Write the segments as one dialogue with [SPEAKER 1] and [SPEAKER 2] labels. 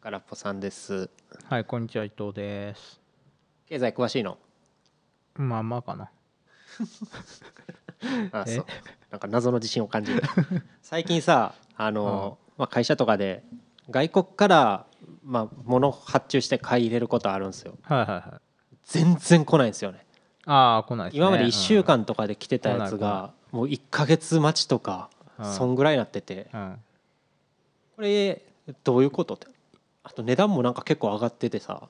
[SPEAKER 1] 空っぽさんです
[SPEAKER 2] はい、こんにちは、伊藤です。
[SPEAKER 1] 経済詳しいの
[SPEAKER 2] まあまあかな。
[SPEAKER 1] あ
[SPEAKER 2] え
[SPEAKER 1] そうなんか謎の自信を感じ る最近さあの、まあ、会社とかで外国から、まあ、物発注して買い入れることあるんですよ
[SPEAKER 2] はいはいはい。
[SPEAKER 1] 全然来ないんですよね
[SPEAKER 2] ああ、来ないですね。
[SPEAKER 1] 今まで1週
[SPEAKER 2] うん。
[SPEAKER 1] 間とかで来てたやつが、もう1ヶ月待ちとか、
[SPEAKER 2] うん
[SPEAKER 1] そんぐらいなってて
[SPEAKER 2] うん。
[SPEAKER 1] これどういうことってあと値段もなんか結構上がっててさ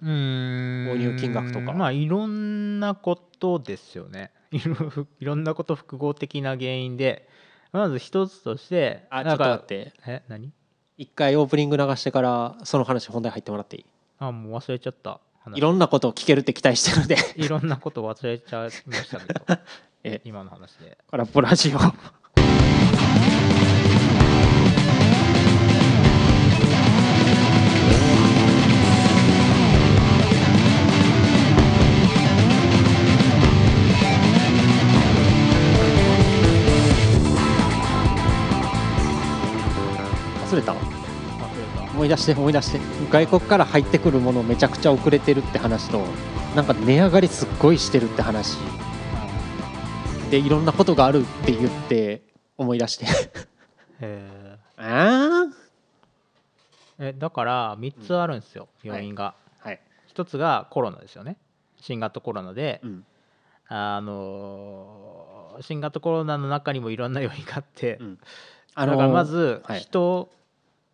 [SPEAKER 2] うーん
[SPEAKER 1] 購入金額とか
[SPEAKER 2] まあ、いろんなことですよね。 いろいろんなこと複合的な原因で、まず一つとして、
[SPEAKER 1] あちょ
[SPEAKER 2] な
[SPEAKER 1] っ
[SPEAKER 2] ん
[SPEAKER 1] と
[SPEAKER 2] か
[SPEAKER 1] 待って
[SPEAKER 2] え、何
[SPEAKER 1] 一回オープニング流してからその話本題入ってもらっていい
[SPEAKER 2] あ、もう忘れちゃった。話
[SPEAKER 1] いろんなことを聞けるって期待してるんで
[SPEAKER 2] いろんなこと忘れちゃいました けど
[SPEAKER 1] え
[SPEAKER 2] 今の話で。
[SPEAKER 1] 空っぽラジオ忘れたわ
[SPEAKER 2] 忘れ
[SPEAKER 1] 思い出して思い出して外国から入ってくるものめちゃくちゃ遅れてるって話となんか値上がりすっごいしてるって話
[SPEAKER 2] た。
[SPEAKER 1] でいろんなことがあるって言って思い出して
[SPEAKER 2] え
[SPEAKER 1] あ
[SPEAKER 2] えだから3つあるんですよ、
[SPEAKER 1] うん
[SPEAKER 2] 要因が。
[SPEAKER 1] あはい、
[SPEAKER 2] 一つがコロナですよね新型コロナで、
[SPEAKER 1] うん
[SPEAKER 2] あのー新型コロナの中にもいろんな要因があって、
[SPEAKER 1] うん
[SPEAKER 2] だからまず
[SPEAKER 1] はい
[SPEAKER 2] 人、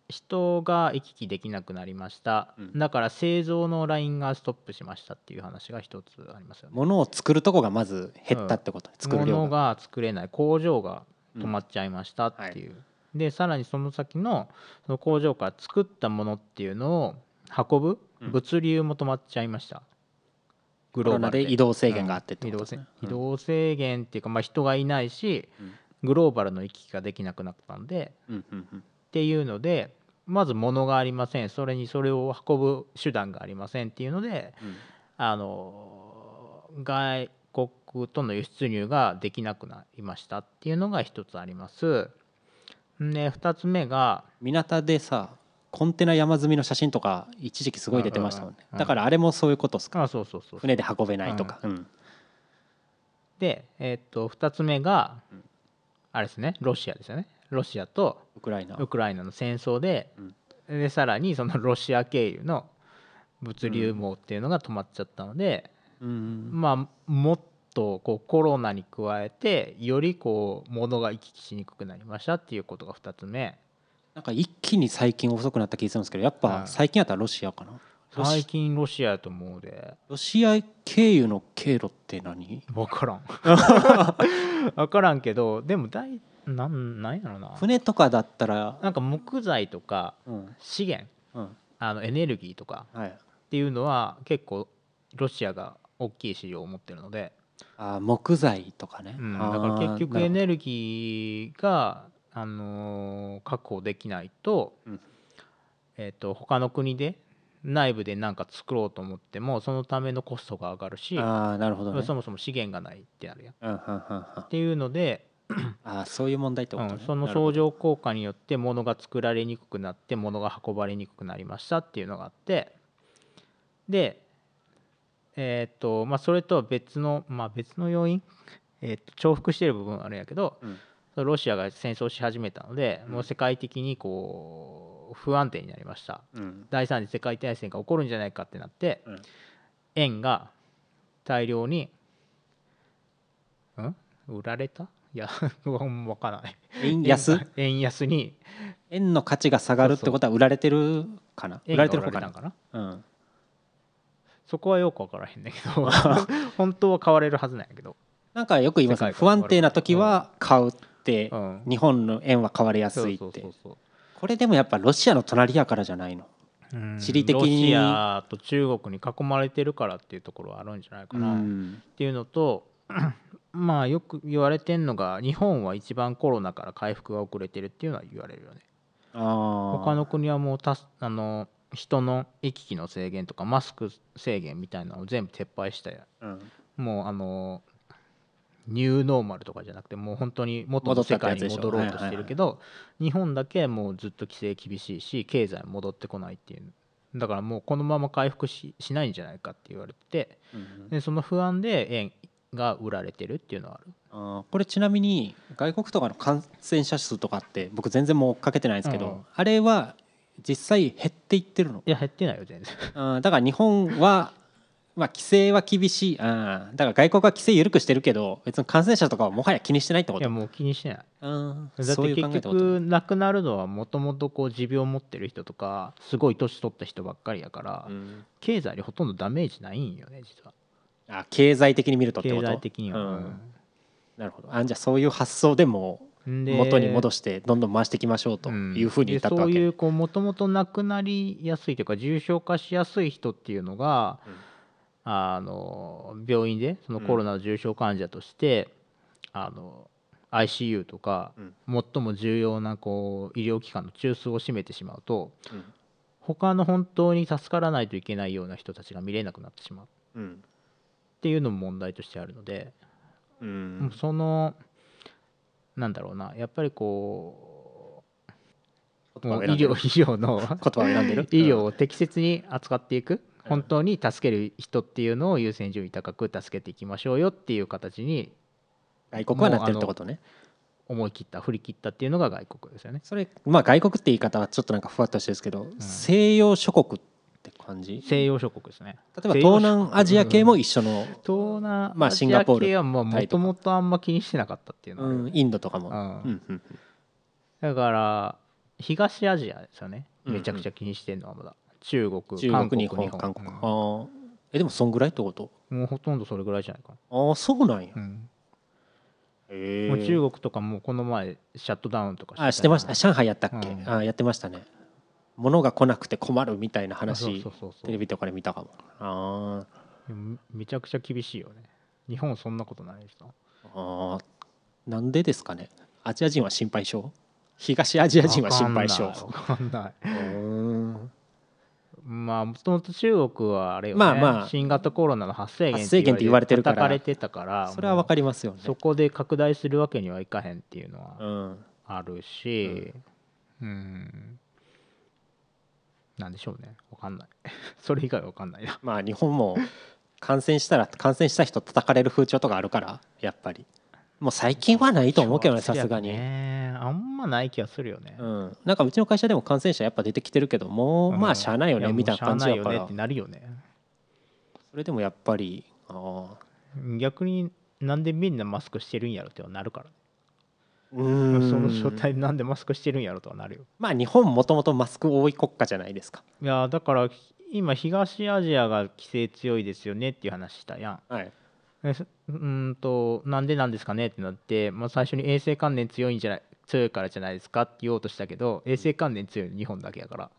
[SPEAKER 2] 人が行き来できなくなりました、
[SPEAKER 1] うん
[SPEAKER 2] だから製造のラインがストップしましたっていう話が一つありますよね
[SPEAKER 1] 物を作るとこがまず減ったってこと、作る量
[SPEAKER 2] 物
[SPEAKER 1] が
[SPEAKER 2] が作れない工場が止まっちゃいましたっていう、でさらにその先のその工場から作ったものっていうのを運ぶ
[SPEAKER 1] うん
[SPEAKER 2] 物流も止まっちゃいました、グ
[SPEAKER 1] コロナで移動制限があってって
[SPEAKER 2] 移
[SPEAKER 1] こ
[SPEAKER 2] 動
[SPEAKER 1] と
[SPEAKER 2] せ
[SPEAKER 1] ね、
[SPEAKER 2] 移動制限っていうか、まあ、人がいないし
[SPEAKER 1] うん
[SPEAKER 2] グローバルの行き来ができなくなったんで
[SPEAKER 1] うんうんうん
[SPEAKER 2] っていうのでまず物がありませんそれにそれを運ぶ手段がありませんっていうので
[SPEAKER 1] うん
[SPEAKER 2] あの外国との輸出入ができなくなりましたっていうのが一つあります。で2つ目が
[SPEAKER 1] 港でさコンテナ山積みの写真とか一時期すごい出てましたもんね、
[SPEAKER 2] うん
[SPEAKER 1] だからあれもそういうことっすか、
[SPEAKER 2] あそうそうそう
[SPEAKER 1] 船で運べないとか、うん
[SPEAKER 2] で、えーっと2つ目が
[SPEAKER 1] ん
[SPEAKER 2] あれですねロシアですよねロシアと
[SPEAKER 1] ウクライナ
[SPEAKER 2] ウクライナの戦争で
[SPEAKER 1] うん
[SPEAKER 2] でさらにそのロシア経由の物流網っていうのが止まっちゃったので、
[SPEAKER 1] うん
[SPEAKER 2] まあもっとこうコロナに加えてよりこう物が行き来しにくくなりましたっていうことが2つ目。
[SPEAKER 1] なんか一気に最近遅くなった気がするんですけどやっぱ
[SPEAKER 2] はい
[SPEAKER 1] 最近やったらロシアかなロ
[SPEAKER 2] 最
[SPEAKER 1] シ
[SPEAKER 2] 近ロシアやと思うで
[SPEAKER 1] ロシア経由の経路って何
[SPEAKER 2] 分からん 分からんけどでも大なんなんやろな
[SPEAKER 1] 船とかだったら
[SPEAKER 2] なんか木材とか
[SPEAKER 1] うん
[SPEAKER 2] 資源
[SPEAKER 1] うん
[SPEAKER 2] あのエネルギーとか
[SPEAKER 1] はい
[SPEAKER 2] っていうのは結構ロシアが大きい市場を持ってるので、
[SPEAKER 1] あー木材とかね、
[SPEAKER 2] うん、
[SPEAKER 1] あ
[SPEAKER 2] だ
[SPEAKER 1] ー
[SPEAKER 2] から結局エ
[SPEAKER 1] なる
[SPEAKER 2] ネルギーが、あのー確保できないと,、
[SPEAKER 1] うん
[SPEAKER 2] えー、と他の国で内部で何か作ろうと思ってもそのためのコストが上がるし
[SPEAKER 1] ほどあーなるほどね
[SPEAKER 2] そもそも資源がないってなるやん。っ
[SPEAKER 1] うんうんうんうんあ
[SPEAKER 2] ていうので、
[SPEAKER 1] ーそういう問題ってことね、
[SPEAKER 2] うん、その
[SPEAKER 1] なるほど
[SPEAKER 2] 相乗効果によって物が作られにくくなって物が運ばれにくくなりましたっていうのがあってでえっ、とまあそれとは別のまあ別の要因、えー、と重複してる部分はあるんやけど
[SPEAKER 1] うん
[SPEAKER 2] ロシアが戦争し始めたので、
[SPEAKER 1] うん
[SPEAKER 2] もう世界的にこう不安定になりました
[SPEAKER 1] うん
[SPEAKER 2] 第三次世界大戦が起こるんじゃないかってなって、
[SPEAKER 1] うん
[SPEAKER 2] 円が大量にん売られたいや分からない
[SPEAKER 1] 円安
[SPEAKER 2] 円が円安に
[SPEAKER 1] 円の価値が下がるってことは売られてるかな売ら
[SPEAKER 2] 円が
[SPEAKER 1] れてる
[SPEAKER 2] 売
[SPEAKER 1] 方
[SPEAKER 2] ら
[SPEAKER 1] か
[SPEAKER 2] れた
[SPEAKER 1] なん
[SPEAKER 2] かな
[SPEAKER 1] うん
[SPEAKER 2] そこはよく分からへんねんけ ど本当は買われるはずなんやけど、
[SPEAKER 1] なんかよく言いますね
[SPEAKER 2] 世界
[SPEAKER 1] 不
[SPEAKER 2] が
[SPEAKER 1] 安定な時は買うって、
[SPEAKER 2] うん、
[SPEAKER 1] 日本の円は買われやす
[SPEAKER 2] そう
[SPEAKER 1] いって
[SPEAKER 2] そうそうそう
[SPEAKER 1] これでもやっぱロシアの隣やからじゃないの
[SPEAKER 2] うん
[SPEAKER 1] 地理的に
[SPEAKER 2] ロシアと中国に囲まれてるからっていうところはあるんじゃないか
[SPEAKER 1] う
[SPEAKER 2] な、っ
[SPEAKER 1] ん
[SPEAKER 2] ていうのと まあよく言われてんのが日本は一番コロナから回復が遅れてるっていうのは言われるよね
[SPEAKER 1] あー
[SPEAKER 2] 他の国はもうたすあの人の行き来の制限とかマスク制限みたいなのを全部撤廃して
[SPEAKER 1] うん
[SPEAKER 2] もうあのニューノーマルとかじゃなくてもう本当に元の世界に戻ろうとしてるけど日本だけもうずっと規制厳しいし経済戻ってこないっていうだからもうこのまま回復ししないんじゃないかって言われててでその不安で円が売られてるっていうのはある
[SPEAKER 1] あーこれちなみに外国とかの感染者数とかって僕全然もう追っかけてないんですけど、
[SPEAKER 2] うん
[SPEAKER 1] あれは実際減っていってるの
[SPEAKER 2] いや減ってないよ全然
[SPEAKER 1] あーだから日本は、まあ、規制は厳しいあーだから外国は規制緩くしてるけど別に感染者とかはもはや気にしてないってこ
[SPEAKER 2] いや
[SPEAKER 1] と
[SPEAKER 2] もう気にしてない
[SPEAKER 1] あー
[SPEAKER 2] だっ
[SPEAKER 1] そうい
[SPEAKER 2] て
[SPEAKER 1] う考
[SPEAKER 2] 結
[SPEAKER 1] えってことね
[SPEAKER 2] 局亡くなるのはもともとこう持病を持ってる人とかすごい年取った人ばっかりやから
[SPEAKER 1] うん
[SPEAKER 2] 経済にほとんどダメージないんよね実は
[SPEAKER 1] あ経済的に見るとってこ
[SPEAKER 2] 経
[SPEAKER 1] と
[SPEAKER 2] 済的には、
[SPEAKER 1] うんなるほどあじゃあそういう発想でも
[SPEAKER 2] うんで
[SPEAKER 1] 元に戻してどんどん回していきましょうというふうに至ったわ
[SPEAKER 2] でそうい
[SPEAKER 1] け
[SPEAKER 2] うこうもともと亡くなりやすいというか重症化しやすい人っていうのが、
[SPEAKER 1] うん
[SPEAKER 2] あの病院でそのコロナの重症患者として、あの ICU とか、最も重要なこう医療機関の中枢を占めてしまうと
[SPEAKER 1] うん
[SPEAKER 2] 他の本当に助からないといけないような人たちが見れなくなってしまうっ
[SPEAKER 1] うん
[SPEAKER 2] ていうのも問題としてあるので、
[SPEAKER 1] う
[SPEAKER 2] も
[SPEAKER 1] ん
[SPEAKER 2] うそのなんだろうなやっぱりこう
[SPEAKER 1] 言葉を
[SPEAKER 2] もう医
[SPEAKER 1] 選んで
[SPEAKER 2] 療
[SPEAKER 1] る
[SPEAKER 2] 医 療の
[SPEAKER 1] 言葉を選んでる
[SPEAKER 2] 医療を適切に扱ってい
[SPEAKER 1] う
[SPEAKER 2] く
[SPEAKER 1] ん
[SPEAKER 2] 本当に助ける人っていうのを優先順位高く助けていきましょうよっていう形に
[SPEAKER 1] 外国はなってるってことね
[SPEAKER 2] 思い切った振り切ったっていうのが外国ですよね。
[SPEAKER 1] それまあ外国って言い方はちょっとなんかふわっとしてるんですけど、西洋諸国って感じ例
[SPEAKER 2] 西洋諸国ですね
[SPEAKER 1] えば東南アジア系も一緒の、
[SPEAKER 2] 東南
[SPEAKER 1] まあ
[SPEAKER 2] ア
[SPEAKER 1] シ
[SPEAKER 2] ジ
[SPEAKER 1] ンガ
[SPEAKER 2] ア
[SPEAKER 1] ポール
[SPEAKER 2] 系はも
[SPEAKER 1] タイと
[SPEAKER 2] と
[SPEAKER 1] か
[SPEAKER 2] もとあんま気にしてなかったっていうのはある
[SPEAKER 1] うん、インドとかも、
[SPEAKER 2] うん
[SPEAKER 1] うんうん
[SPEAKER 2] だから東アジアですよね
[SPEAKER 1] うんうん
[SPEAKER 2] めちゃくちゃ気にしてるのはまだ中国
[SPEAKER 1] 中
[SPEAKER 2] 韓
[SPEAKER 1] 国
[SPEAKER 2] 国
[SPEAKER 1] 日本
[SPEAKER 2] 日
[SPEAKER 1] 韓
[SPEAKER 2] 本
[SPEAKER 1] 国、
[SPEAKER 2] うん
[SPEAKER 1] あーえでもそんぐらいってこと
[SPEAKER 2] もうほとんどそれぐらいじゃないか
[SPEAKER 1] ああそうなんや、
[SPEAKER 2] な、
[SPEAKER 1] へー
[SPEAKER 2] もう中国とかもこの前シャットダウンとか
[SPEAKER 1] あしてましたあ
[SPEAKER 2] じ
[SPEAKER 1] 上海やったっけ、
[SPEAKER 2] うん
[SPEAKER 1] あやってましたね物が来なくて困るみたいな
[SPEAKER 2] ゃん
[SPEAKER 1] 話
[SPEAKER 2] あそうそうそうそう
[SPEAKER 1] テレビとかで見たかもあー
[SPEAKER 2] でもめちゃくちゃ厳しいよね日本そんなことないですか
[SPEAKER 1] あーなんでですかねアジア人は心配性東アジア人は心配性
[SPEAKER 2] わかんないわかんないう
[SPEAKER 1] ーん
[SPEAKER 2] まあもともと中国はあれよ、ね
[SPEAKER 1] まあまあ
[SPEAKER 2] 新型コロナの発生源
[SPEAKER 1] 発生源って言われてるから
[SPEAKER 2] 叩かれてたから
[SPEAKER 1] それはわか
[SPEAKER 2] り
[SPEAKER 1] りますよね
[SPEAKER 2] そこで拡大するわけにはいかへんっていうのは
[SPEAKER 1] うん
[SPEAKER 2] あるしうん、なんでしょうねわかんない それ以外わかんないな
[SPEAKER 1] まあ日本も感染したら感染した人叩かれる風潮とかあるからやっぱりもう最近はないと思うけどねさすがに、
[SPEAKER 2] ねあんまない気がするよね、
[SPEAKER 1] うん、なんかうちの会社でも感染者やっぱ出てきてるけどもうまあしゃあないよねみたいな感じ
[SPEAKER 2] だ
[SPEAKER 1] やから
[SPEAKER 2] ってなるよね
[SPEAKER 1] それでもやっぱりああ
[SPEAKER 2] 逆になんでみんなマスクしてるんやろってはなるから、
[SPEAKER 1] う
[SPEAKER 2] その状態でなんでマスクしてるんやろとはなるよ
[SPEAKER 1] まあ日本もともとマスク多い国家じゃないですか
[SPEAKER 2] いやだから今東アジアが規制強いですよねっていう話したやん
[SPEAKER 1] はい
[SPEAKER 2] えそうーんとなんでなんですかねってなって、まあ、最初に衛生関連強いんじゃない強いからじゃないですかって言おうとしたけど衛生関連強いの日本だけやか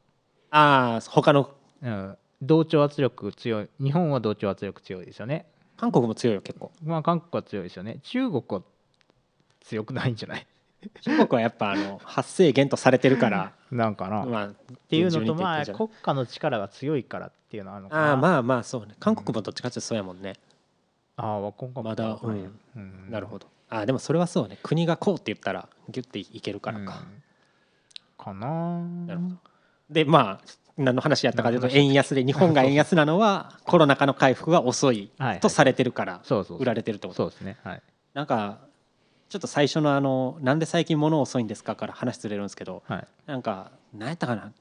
[SPEAKER 1] ああ他の
[SPEAKER 2] ら、うん、同調圧力強い日本は同調圧力強いですよね
[SPEAKER 1] 韓国も強いよ結構
[SPEAKER 2] まあ韓国は強いですよね中国は強くないんじゃない
[SPEAKER 1] 中国はやっぱあの発生源とされてるから
[SPEAKER 2] なんかな、っ
[SPEAKER 1] まあって
[SPEAKER 2] いうのとまあ
[SPEAKER 1] あ
[SPEAKER 2] 国家の力が強いからっていうのはあるのかな
[SPEAKER 1] あーまあまあそうね韓国もどっちかっていうとそうやもんね、
[SPEAKER 2] ああ今回
[SPEAKER 1] まだうんなる
[SPEAKER 2] ど
[SPEAKER 1] ほどあーでもそれはそうね国がこうって言ったらギュッていけるからか、
[SPEAKER 2] かな
[SPEAKER 1] るほどでまあ何の話やったかというと
[SPEAKER 2] 何の話
[SPEAKER 1] 円安で日本が円安なの はコロナ禍の回復が遅い
[SPEAKER 2] はいはい
[SPEAKER 1] とされてるから
[SPEAKER 2] そうそうそう
[SPEAKER 1] 売られてるってこと
[SPEAKER 2] そうですねはい
[SPEAKER 1] なんかちょっと最初のあの「なんで最近物遅いんですか?」から話ずれるんですけど
[SPEAKER 2] はい
[SPEAKER 1] なんか何やったかな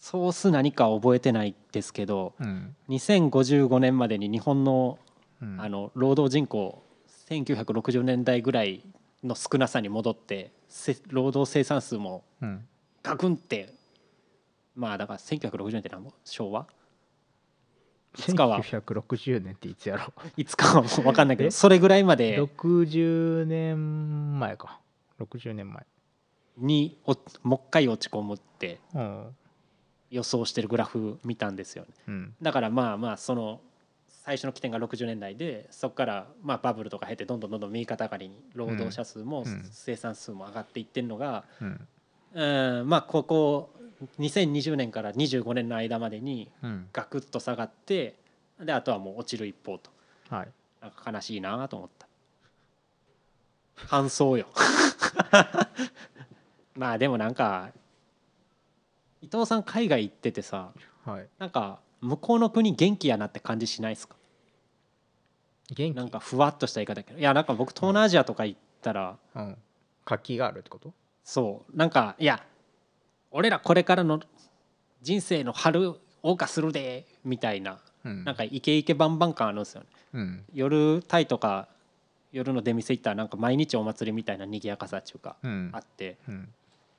[SPEAKER 1] ソース何か覚えてないですけど
[SPEAKER 2] うん
[SPEAKER 1] 2055年までに日本の
[SPEAKER 2] うん
[SPEAKER 1] あの労働人口1960年代ぐらいの少なさに戻ってせ労働生産数も
[SPEAKER 2] うん
[SPEAKER 1] ガクンってまあだから1960年って何も昭和いつかは
[SPEAKER 2] 1960年っていつやろ
[SPEAKER 1] いつかはもう分かんないけど
[SPEAKER 2] え
[SPEAKER 1] それぐらいまで
[SPEAKER 2] 60年前か60年前
[SPEAKER 1] におもう一回落ち込むって
[SPEAKER 2] うん
[SPEAKER 1] 予想してるグラフ見たんですよね
[SPEAKER 2] うん
[SPEAKER 1] だからまあまあその最初の起点が60年代でそこからまあバブルとか経てどんどんどんどん右肩上がりに労働者数も
[SPEAKER 2] うん
[SPEAKER 1] 生産数も上がっていってるのが、
[SPEAKER 2] うん
[SPEAKER 1] うん、まあここ2020年から25年の間までに
[SPEAKER 2] うん
[SPEAKER 1] ガクッと下がってであとはもう落ちる一方と
[SPEAKER 2] はい
[SPEAKER 1] なんか悲しいなと思った搬送よ まあでもなんか伊藤さん海外行っててさ
[SPEAKER 2] はい
[SPEAKER 1] なんか向こうの国元気やなって感じしないですか
[SPEAKER 2] 元気
[SPEAKER 1] なんかふわっとした言い方だけどいやなんか僕東南アジアとか行ったら
[SPEAKER 2] うん、活気があるってこと
[SPEAKER 1] そうなんかいや俺らこれからの人生の春謳歌するでみたいな
[SPEAKER 2] うん
[SPEAKER 1] なんかイケイケバンバン感あるんですよね
[SPEAKER 2] うん
[SPEAKER 1] 夜タイとか夜の出店行ったらなんか毎日お祭りみたいな賑やかさっていうか
[SPEAKER 2] うん
[SPEAKER 1] あって
[SPEAKER 2] うん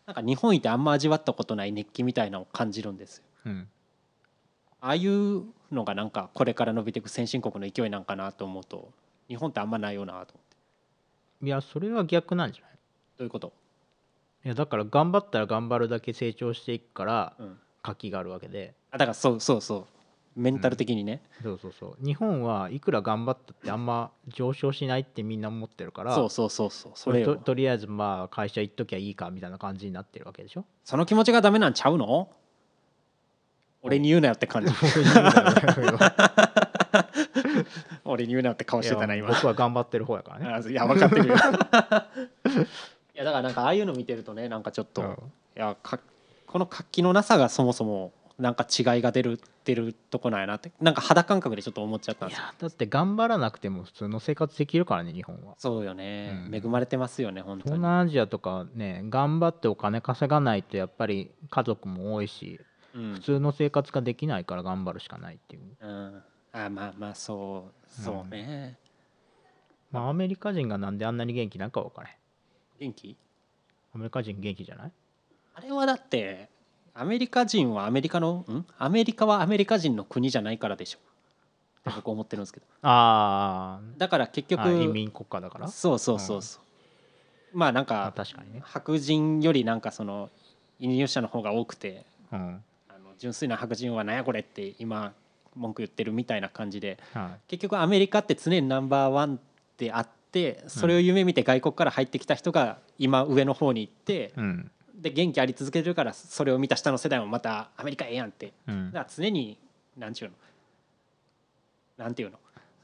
[SPEAKER 1] なんか日本行ってあんま味わったことない熱気みたいなのを感じるんですよ
[SPEAKER 2] うん
[SPEAKER 1] ああいうのがなんかこれから伸びていく先進国の勢いなんかなと思うと日本ってあんまないよなと思って
[SPEAKER 2] いやそれは逆なんじゃない
[SPEAKER 1] どういうこと、
[SPEAKER 2] いやだから頑張ったら頑張るだけ成長していくから
[SPEAKER 1] うん、
[SPEAKER 2] 活気があるわけで
[SPEAKER 1] あだからそうそうそうメンタル的にね、
[SPEAKER 2] そうそうそう日本はいくら頑張ったってあんま上昇しないってみんな思ってるから
[SPEAKER 1] そうそうそうそうそれ
[SPEAKER 2] と
[SPEAKER 1] よ
[SPEAKER 2] とりあえずまあ会社行っときゃいいかみたいな感じになってるわけでしょ
[SPEAKER 1] その気持ちがダメなんちゃうの俺に言うなよって感 じ 俺に言うなよって顔してたない
[SPEAKER 2] や
[SPEAKER 1] 今
[SPEAKER 2] 僕は頑張ってる方やからね
[SPEAKER 1] あいや分かってるよいやだからなんかあ あいうの見てるとねなんかちょっと、
[SPEAKER 2] うん
[SPEAKER 1] いやかこの活気のなさがそもそもなんか違いが出る出るとこなんやなってなんか肌感覚でちょっと思っちゃったん
[SPEAKER 2] い
[SPEAKER 1] ですよ
[SPEAKER 2] やだって頑張らなくても普通の生活できるからね日本は
[SPEAKER 1] そうよね、
[SPEAKER 2] うん
[SPEAKER 1] 恵まれてますよね本当
[SPEAKER 2] 東
[SPEAKER 1] に
[SPEAKER 2] 南アジアとかね頑張ってお金稼がないとやっぱり家族も多いし
[SPEAKER 1] うん
[SPEAKER 2] 普通の生活ができないから頑張るしかないっていう
[SPEAKER 1] うん、あまあまあそうそうね、
[SPEAKER 2] まあアメリカ人がなんであんなに元気なんか分からへん
[SPEAKER 1] 元気
[SPEAKER 2] アメリカ人元気じゃない
[SPEAKER 1] あれはだってアメリカ人はアメリカのんアメリカはアメリカ人の国じゃないからでしょって僕思ってるんですけど
[SPEAKER 2] あ
[SPEAKER 1] だから結
[SPEAKER 2] ー
[SPEAKER 1] 局
[SPEAKER 2] あ移民国家だから
[SPEAKER 1] そうそうそうそう、まあなん
[SPEAKER 2] まあ
[SPEAKER 1] か
[SPEAKER 2] 確かにね、
[SPEAKER 1] 白人よりなんかその移入者の方が多くて
[SPEAKER 2] うん
[SPEAKER 1] あの純粋な白人はなんやこれって今文句言ってるみたいな感じで
[SPEAKER 2] は
[SPEAKER 1] 結局アメリカって常にナンバーワンであってそれを夢見て外国から入ってきた人が今上の方に行って
[SPEAKER 2] い、うん
[SPEAKER 1] で元気あり続けてるからそれを見た下の世代もまたアメリカええやんって
[SPEAKER 2] うん
[SPEAKER 1] だから常になんちゅうのなんていうの、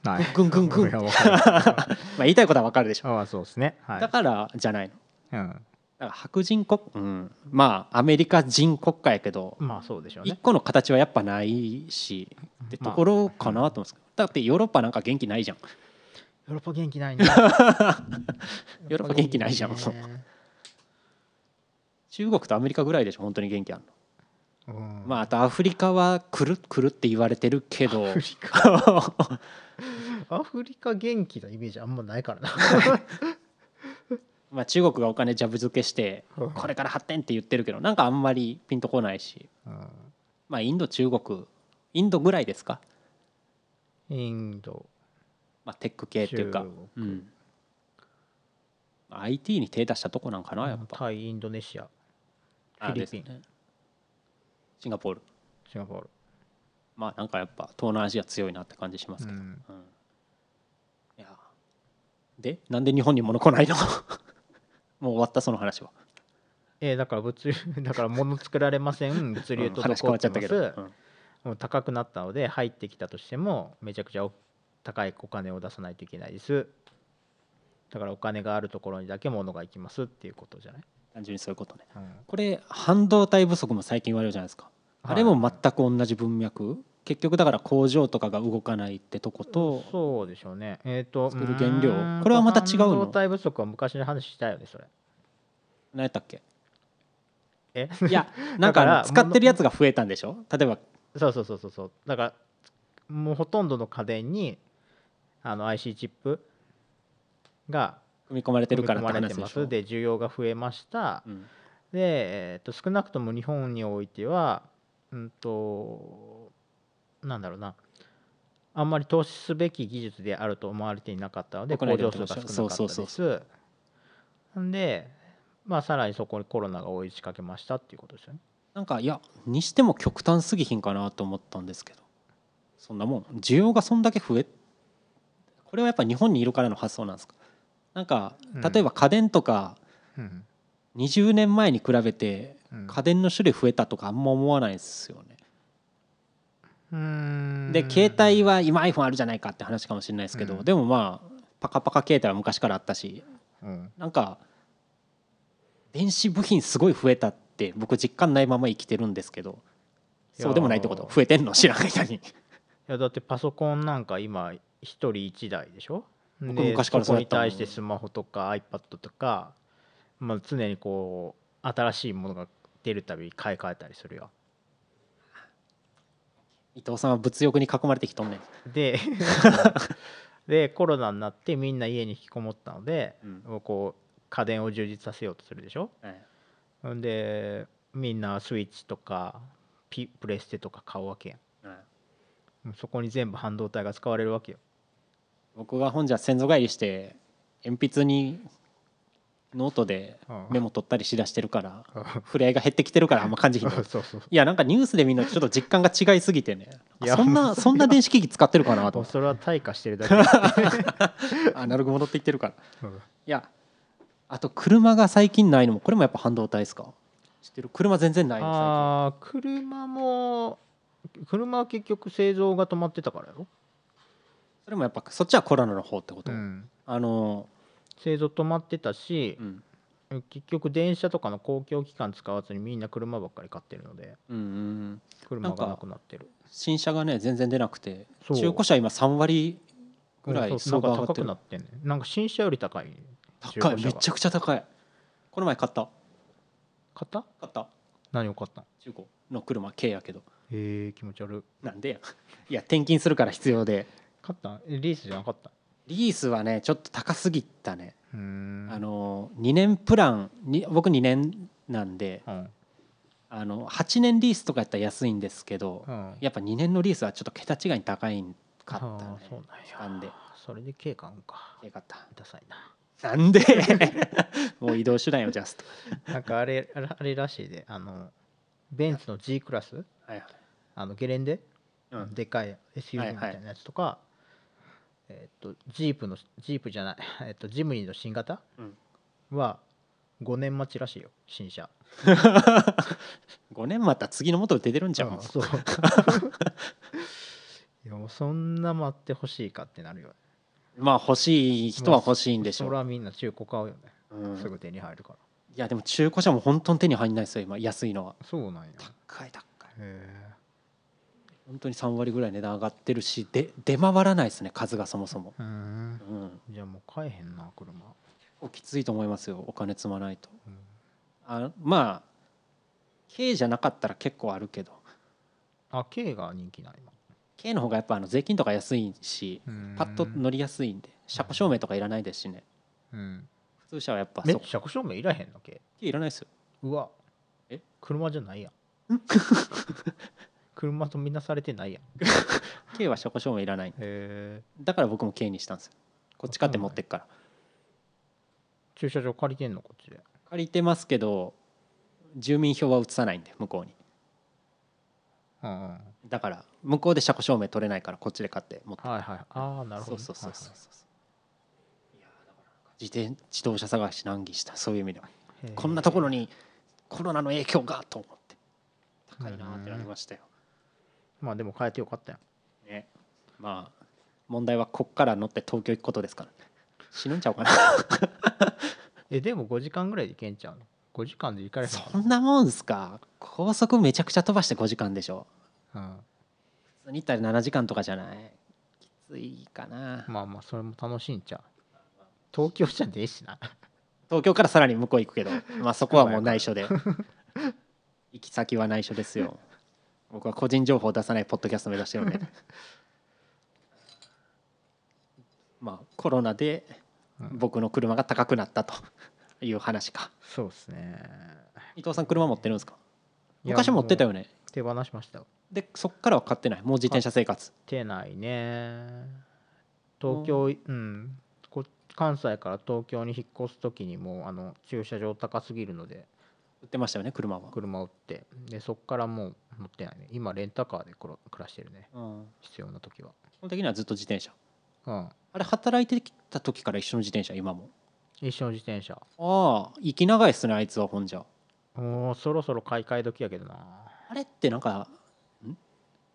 [SPEAKER 2] はい
[SPEAKER 1] ぐんぐんぐん
[SPEAKER 2] いやわかる
[SPEAKER 1] まあ、言いたいことはわかるで しょ
[SPEAKER 2] ああそうですねはい
[SPEAKER 1] だからじゃないの
[SPEAKER 2] うん、
[SPEAKER 1] だから白人国、うん、まあアメリカ人国家やけど
[SPEAKER 2] まあそうでしょう
[SPEAKER 1] 一
[SPEAKER 2] ね
[SPEAKER 1] 個の形はやっぱないしってところかなと思うんですけどだってヨーロッパなんか元気ないじゃん
[SPEAKER 2] ヨーロッパ元気ないね
[SPEAKER 1] ヨーロッパ元気ないじゃん
[SPEAKER 2] ヨーロッパ元気ないね
[SPEAKER 1] 中国とアメリカぐらいでしょ本当に元気あるの、
[SPEAKER 2] うん
[SPEAKER 1] まああとアフリカは来る来るって言われてるけど
[SPEAKER 2] アフリカ元気なイメージあんまないからな
[SPEAKER 1] まあ中国がお金ジャブ漬けしてこれから発展って言ってるけどなんかあんまりピンとこないし
[SPEAKER 2] うん
[SPEAKER 1] まあインド中国インドぐらいですか、
[SPEAKER 2] インド
[SPEAKER 1] まあ、テック系っていうか
[SPEAKER 2] 中、
[SPEAKER 1] うん、IT に手出したとこなんかなやっぱ
[SPEAKER 2] タイインドネシア
[SPEAKER 1] あ
[SPEAKER 2] フィリ
[SPEAKER 1] です
[SPEAKER 2] ピン
[SPEAKER 1] ねシンガポール
[SPEAKER 2] シンガポール
[SPEAKER 1] まあなんかやっぱ東南アジア強いなって感じしますけど、
[SPEAKER 2] うん
[SPEAKER 1] うんいやでなんで日本に物来ないの もう終わったその話は
[SPEAKER 2] えーだから物 流だから物作られません物流
[SPEAKER 1] うん
[SPEAKER 2] と
[SPEAKER 1] 話変わっちゃったけど、うん
[SPEAKER 2] もう高くなったので入ってきたとしてもめちゃくちゃお高いお金を出さないといけないですだからお金があるところにだけ物が行きますっていうことじゃない、
[SPEAKER 1] 単純にそういうことね
[SPEAKER 2] うん
[SPEAKER 1] これ半導体不足も最近言われるじゃないですか、
[SPEAKER 2] は
[SPEAKER 1] あ
[SPEAKER 2] い
[SPEAKER 1] れも全く同じ文脈結局だから工場とかが動かないってとこと
[SPEAKER 2] そうでしょうねえっ、と
[SPEAKER 1] 作る原料
[SPEAKER 2] うーん
[SPEAKER 1] これはまた違うの
[SPEAKER 2] 半導体不足は昔の話したよねそれ
[SPEAKER 1] 何やったっけ
[SPEAKER 2] え
[SPEAKER 1] いやなんかあの
[SPEAKER 2] だから
[SPEAKER 1] 使ってるやつが増えたんでしょ例えば
[SPEAKER 2] そうそうそうそうそうだからもうほとんどの家電にあの IC チップが
[SPEAKER 1] 組み込まれてるからって
[SPEAKER 2] 組み込ま
[SPEAKER 1] 話
[SPEAKER 2] れて
[SPEAKER 1] で
[SPEAKER 2] ま
[SPEAKER 1] しょ
[SPEAKER 2] すで需要が増えました、
[SPEAKER 1] うん
[SPEAKER 2] で、えー、と少なくとも日本においてはうんとなんだろうなあんまり投資すべき技術であると思われていなかったので工
[SPEAKER 1] 国内でや
[SPEAKER 2] 場
[SPEAKER 1] って
[SPEAKER 2] 数
[SPEAKER 1] まし
[SPEAKER 2] が
[SPEAKER 1] た
[SPEAKER 2] 少な
[SPEAKER 1] よ
[SPEAKER 2] かった
[SPEAKER 1] そうそ
[SPEAKER 2] で
[SPEAKER 1] う
[SPEAKER 2] すんでまあさらにそこにコロナが追い仕掛けましたっていうことですよね
[SPEAKER 1] なんかいやにしても極端すぎひんかなと思ったんですけどそんなもん需要がそんだけ増えこれはやっぱ日本にいるからの発想なんですかなんか
[SPEAKER 2] うん
[SPEAKER 1] 例えば家電とか
[SPEAKER 2] うん
[SPEAKER 1] 20年前に比べて
[SPEAKER 2] うん
[SPEAKER 1] 家電の種類増えたとかあんま思わないですよね
[SPEAKER 2] うーん
[SPEAKER 1] で携帯は今 iPhone あるじゃないかって話かもしれないですけど、
[SPEAKER 2] うん
[SPEAKER 1] でもまあパカパカ携帯は昔からあったし
[SPEAKER 2] うん
[SPEAKER 1] なんか電子部品すごい増えたって僕実感ないまま生きてるんですけどそうでもないってこと
[SPEAKER 2] いやー
[SPEAKER 1] 増えてんの知らん間に
[SPEAKER 2] いやだってパソコンなんか今一人一台でしょ
[SPEAKER 1] 僕
[SPEAKER 2] で
[SPEAKER 1] 昔から
[SPEAKER 2] そ
[SPEAKER 1] そう
[SPEAKER 2] こ
[SPEAKER 1] や
[SPEAKER 2] に
[SPEAKER 1] ったもん
[SPEAKER 2] 対してスマホとか iPad とか、まあ、常にこう新しいものが出るたび買い替えたりするよ
[SPEAKER 1] 伊藤さんは物欲に囲まれてきとんねん、
[SPEAKER 2] ででコロナになってみんな家に引きこもったので、
[SPEAKER 1] うん
[SPEAKER 2] こう家電を充実させようとするでしょ
[SPEAKER 1] はい
[SPEAKER 2] んでみんなスイッチとかピプレステとか買うわけやん
[SPEAKER 1] はい
[SPEAKER 2] もうそこに全部半導体が使われるわけよ
[SPEAKER 1] 僕が本じゃ先祖返りして鉛筆にノートでメモ取ったりしだしてるから触れ合いが減ってきてるからあんま感じひんの
[SPEAKER 2] そうそう
[SPEAKER 1] いやなんかニュースで見るのとちょっと実感が違いすぎてね
[SPEAKER 2] いや
[SPEAKER 1] そん
[SPEAKER 2] もう
[SPEAKER 1] なそんな電子機器使ってるかなと
[SPEAKER 2] も
[SPEAKER 1] 思
[SPEAKER 2] う
[SPEAKER 1] っ
[SPEAKER 2] それは退化してる だけだ
[SPEAKER 1] てアナログ戻っていってるからいやあと車が最近ないのもこれもやっぱ半導体ですか知ってる車全然ないの最近
[SPEAKER 2] あー車も車は結局製造が止まってたからよ、
[SPEAKER 1] それもやっぱそっちはコロナの方ってこと、
[SPEAKER 2] うん
[SPEAKER 1] あの
[SPEAKER 2] 製造止まってたし
[SPEAKER 1] う、ん
[SPEAKER 2] 結局電車とかの公共機関使わずにみんな車ばっかり買ってるので
[SPEAKER 1] うんうん
[SPEAKER 2] 車
[SPEAKER 1] なんか
[SPEAKER 2] がなくなってる
[SPEAKER 1] 新車がね全然出なくて
[SPEAKER 2] そう
[SPEAKER 1] 中古車今3割ぐら
[SPEAKER 2] うん
[SPEAKER 1] い
[SPEAKER 2] そ
[SPEAKER 1] 相
[SPEAKER 2] うな
[SPEAKER 1] 場
[SPEAKER 2] ん
[SPEAKER 1] 上
[SPEAKER 2] か
[SPEAKER 1] がっ
[SPEAKER 2] 高
[SPEAKER 1] て
[SPEAKER 2] く
[SPEAKER 1] る
[SPEAKER 2] なってんねなんか新車より高い
[SPEAKER 1] 高いめちゃ
[SPEAKER 2] ゃ
[SPEAKER 1] くちゃ高いこの前買った
[SPEAKER 2] 買った
[SPEAKER 1] 買った
[SPEAKER 2] 何を買ったの
[SPEAKER 1] 中古の車軽やけど
[SPEAKER 2] へえ気持ち悪い
[SPEAKER 1] なんでや いや転勤するから必要で
[SPEAKER 2] 買ったえリースじゃなかった
[SPEAKER 1] リースはねちょっと高すぎたね、
[SPEAKER 2] うーん
[SPEAKER 1] あの2年プランに僕2年なんで
[SPEAKER 2] うん
[SPEAKER 1] あの8年リースとかやったら安いんですけど、
[SPEAKER 2] うん
[SPEAKER 1] やっぱ2年のリースはちょっと桁違いに高いんかった
[SPEAKER 2] あ
[SPEAKER 1] ね
[SPEAKER 2] ーそうなんや
[SPEAKER 1] なんで
[SPEAKER 2] それで K 買うんか
[SPEAKER 1] よかった
[SPEAKER 2] ダサいな
[SPEAKER 1] なん でもう移動手段よジャスト
[SPEAKER 2] なんかあれあれあれらしいであのベンツの G クラス
[SPEAKER 1] はいはい
[SPEAKER 2] あのゲレンデ、
[SPEAKER 1] うん
[SPEAKER 2] でかい SUV
[SPEAKER 1] はい
[SPEAKER 2] み
[SPEAKER 1] は
[SPEAKER 2] た
[SPEAKER 1] い
[SPEAKER 2] いなやつとか、えっとジープのジープじゃない、 えっと、ジムニーの新型
[SPEAKER 1] うん
[SPEAKER 2] は5年待ちらしいよ新車
[SPEAKER 1] 5年また次の元出てるんじゃんもう
[SPEAKER 2] そういやもうそんな待ってほしいかってなるよ
[SPEAKER 1] まあ欲しい人は欲しいんでしょ
[SPEAKER 2] そうれ、はみんな中古買うよね、
[SPEAKER 1] うん
[SPEAKER 2] すぐ手に入るから
[SPEAKER 1] いやでも中古車も本当に手に入んないですよ今安いのは
[SPEAKER 2] そうなんや
[SPEAKER 1] 高い高い
[SPEAKER 2] へ
[SPEAKER 1] 本当に3割ぐらい値段上がってるしで出回らないですね数がそもそも
[SPEAKER 2] えうん
[SPEAKER 1] うん
[SPEAKER 2] じゃあもう買えへんな車、
[SPEAKER 1] おきついと思いますよお金積まないと
[SPEAKER 2] うん
[SPEAKER 1] あまあ軽じゃなかったら結構あるけど
[SPEAKER 2] あ K が人気ない今
[SPEAKER 1] 軽の方がやっぱあの税金とか安いしパッと乗
[SPEAKER 2] り、
[SPEAKER 1] りやすいんで車庫証明とかいらないですしね
[SPEAKER 2] うん、
[SPEAKER 1] 普通車はやっぱ
[SPEAKER 2] え
[SPEAKER 1] そこ
[SPEAKER 2] 車庫証明いらへんの K
[SPEAKER 1] いらないですよ
[SPEAKER 2] うわ
[SPEAKER 1] え
[SPEAKER 2] 車じゃないやん 車とみなされてないやんへ
[SPEAKER 1] 軽は車庫証明いらない
[SPEAKER 2] え
[SPEAKER 1] だから僕も軽にしたんですよこっち買って持ってっから
[SPEAKER 2] 駐車場借りてんのこっちで
[SPEAKER 1] 借りてますけど住民票は移さないんで向こうに
[SPEAKER 2] うんうん
[SPEAKER 1] だから向こうで車庫証明取れないからこっちで買って持って
[SPEAKER 2] はいはいああなるほどね、
[SPEAKER 1] そうそうそうそう
[SPEAKER 2] は
[SPEAKER 1] そういやだからなんか自転自動車探し難儀したそういう意味では、
[SPEAKER 2] いはいへー
[SPEAKER 1] こんなところにコロナの影響がと思って高いなーってなりましたよ、
[SPEAKER 2] まあでも変えてよかったやん
[SPEAKER 1] ねまあ問題はこっから乗って東京行くことですから、ね、死ぬんちゃうかな
[SPEAKER 2] えでも5時間ぐらいで行けんちゃうの5時間で行かれへんの
[SPEAKER 1] そんなもんすか高速めちゃくちゃ飛ばして5時間でしょ
[SPEAKER 2] うん、
[SPEAKER 1] 普通に行ったら7時間とかじゃないきついかな
[SPEAKER 2] まあまあそれも楽しいんちゃう東京じゃねえしな
[SPEAKER 1] 東京からさらに向こう行くけ ど、まあ、そこはもう内緒で 行き先は内緒ですよ僕は個人情報を出さないポッドキャスト目指してるん でまあコロナで
[SPEAKER 2] うん
[SPEAKER 1] 僕の車が高くなったと いう話か
[SPEAKER 2] そうっすね
[SPEAKER 1] 伊藤さん車持ってるんですか
[SPEAKER 2] いや
[SPEAKER 1] 昔持ってたよね
[SPEAKER 2] もう手放しましたよ
[SPEAKER 1] でそっからは買ってないもう自転車生活
[SPEAKER 2] ってないね東京うんこ関西から東京に引っ越す時にもうあの駐車場高すぎるので
[SPEAKER 1] 売ってましたよね車は、
[SPEAKER 2] 車を売ってでそっからもう乗ってないね今レンタカーで暮ら暮らしてるね
[SPEAKER 1] うん、
[SPEAKER 2] 必要な時は
[SPEAKER 1] 基本的にはずっと自転車
[SPEAKER 2] うん
[SPEAKER 1] あれ働いてきた時から一緒の自転車今も
[SPEAKER 2] 一緒の自転車
[SPEAKER 1] ああ息長いっすねあいつはほんじゃ
[SPEAKER 2] もうそろそろ買い替え時やけどな
[SPEAKER 1] あれってなんかん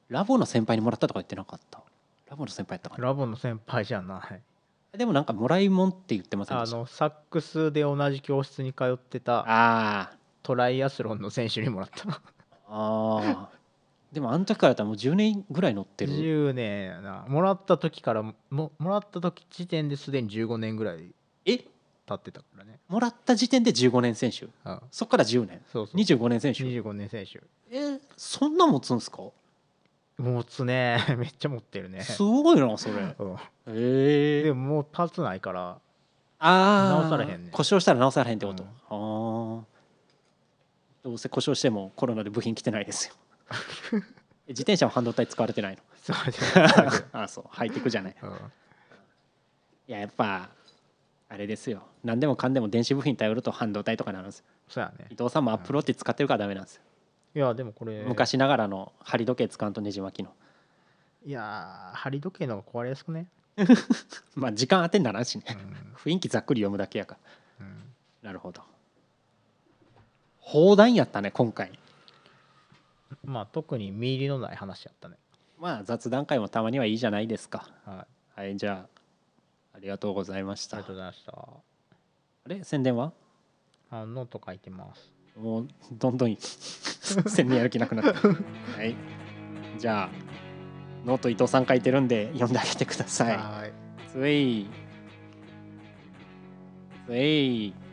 [SPEAKER 1] ラボの先輩にもらったとか言ってなかったラボの先輩やったかな
[SPEAKER 2] ラボの先輩じゃない
[SPEAKER 1] でもなんかもらいもんって言ってません
[SPEAKER 2] あ
[SPEAKER 1] でした
[SPEAKER 2] のサックスで同じ教室に通ってた
[SPEAKER 1] あ
[SPEAKER 2] トライアスロンの選手にもらった
[SPEAKER 1] あああでもあの時からやったらもう10年ぐらい乗ってる
[SPEAKER 2] 10年やなもらった時からももらった時時点ですでに15年ぐらい
[SPEAKER 1] え
[SPEAKER 2] 経ってたからね、
[SPEAKER 1] もらった時点で15年選手
[SPEAKER 2] うん、
[SPEAKER 1] そっから10年
[SPEAKER 2] そうそう
[SPEAKER 1] 25年選手
[SPEAKER 2] 25年選手
[SPEAKER 1] えそんな持つんすか
[SPEAKER 2] 持つね めっちゃ持ってるね
[SPEAKER 1] すごいな それ
[SPEAKER 2] うん
[SPEAKER 1] え
[SPEAKER 2] で
[SPEAKER 1] え
[SPEAKER 2] ももうパーツないから
[SPEAKER 1] ああ
[SPEAKER 2] 直されへんね
[SPEAKER 1] 故障したら直されへんってこ
[SPEAKER 2] うん
[SPEAKER 1] とああどうせ故障してもコロナで部品来てない ですよ自転車も半導体使われてないの
[SPEAKER 2] そう だね
[SPEAKER 1] あそうハイテクじゃない
[SPEAKER 2] うん
[SPEAKER 1] いややっぱあれですよ何でもかんでも電子部品頼ると半導体とかなるんですよ
[SPEAKER 2] そうやね
[SPEAKER 1] 伊藤さんもアップローチ使ってるからダメなんですよ、
[SPEAKER 2] いやでもこれ
[SPEAKER 1] 昔ながらの針時計使うとねじ巻きの
[SPEAKER 2] いやー針時計の方が壊れやすくね、
[SPEAKER 1] まあ時間当てにならんしね
[SPEAKER 2] うん
[SPEAKER 1] 雰囲気ざっくり読むだけやから
[SPEAKER 2] うん
[SPEAKER 1] なるほど放談やったね今回
[SPEAKER 2] まあ特に身入りのない話やったね
[SPEAKER 1] まあ雑談会もたまにはいいじゃないですか
[SPEAKER 2] はいあ
[SPEAKER 1] はいじゃあありがとうございまし
[SPEAKER 2] り
[SPEAKER 1] た
[SPEAKER 2] が
[SPEAKER 1] あ
[SPEAKER 2] とうございました
[SPEAKER 1] れ宣伝は
[SPEAKER 2] あノート書いてます
[SPEAKER 1] もうどんどんい 宣伝やる気なくなったはいじゃあノート伊藤さん書いてるんで読んであげてください
[SPEAKER 2] はーい
[SPEAKER 1] ついつい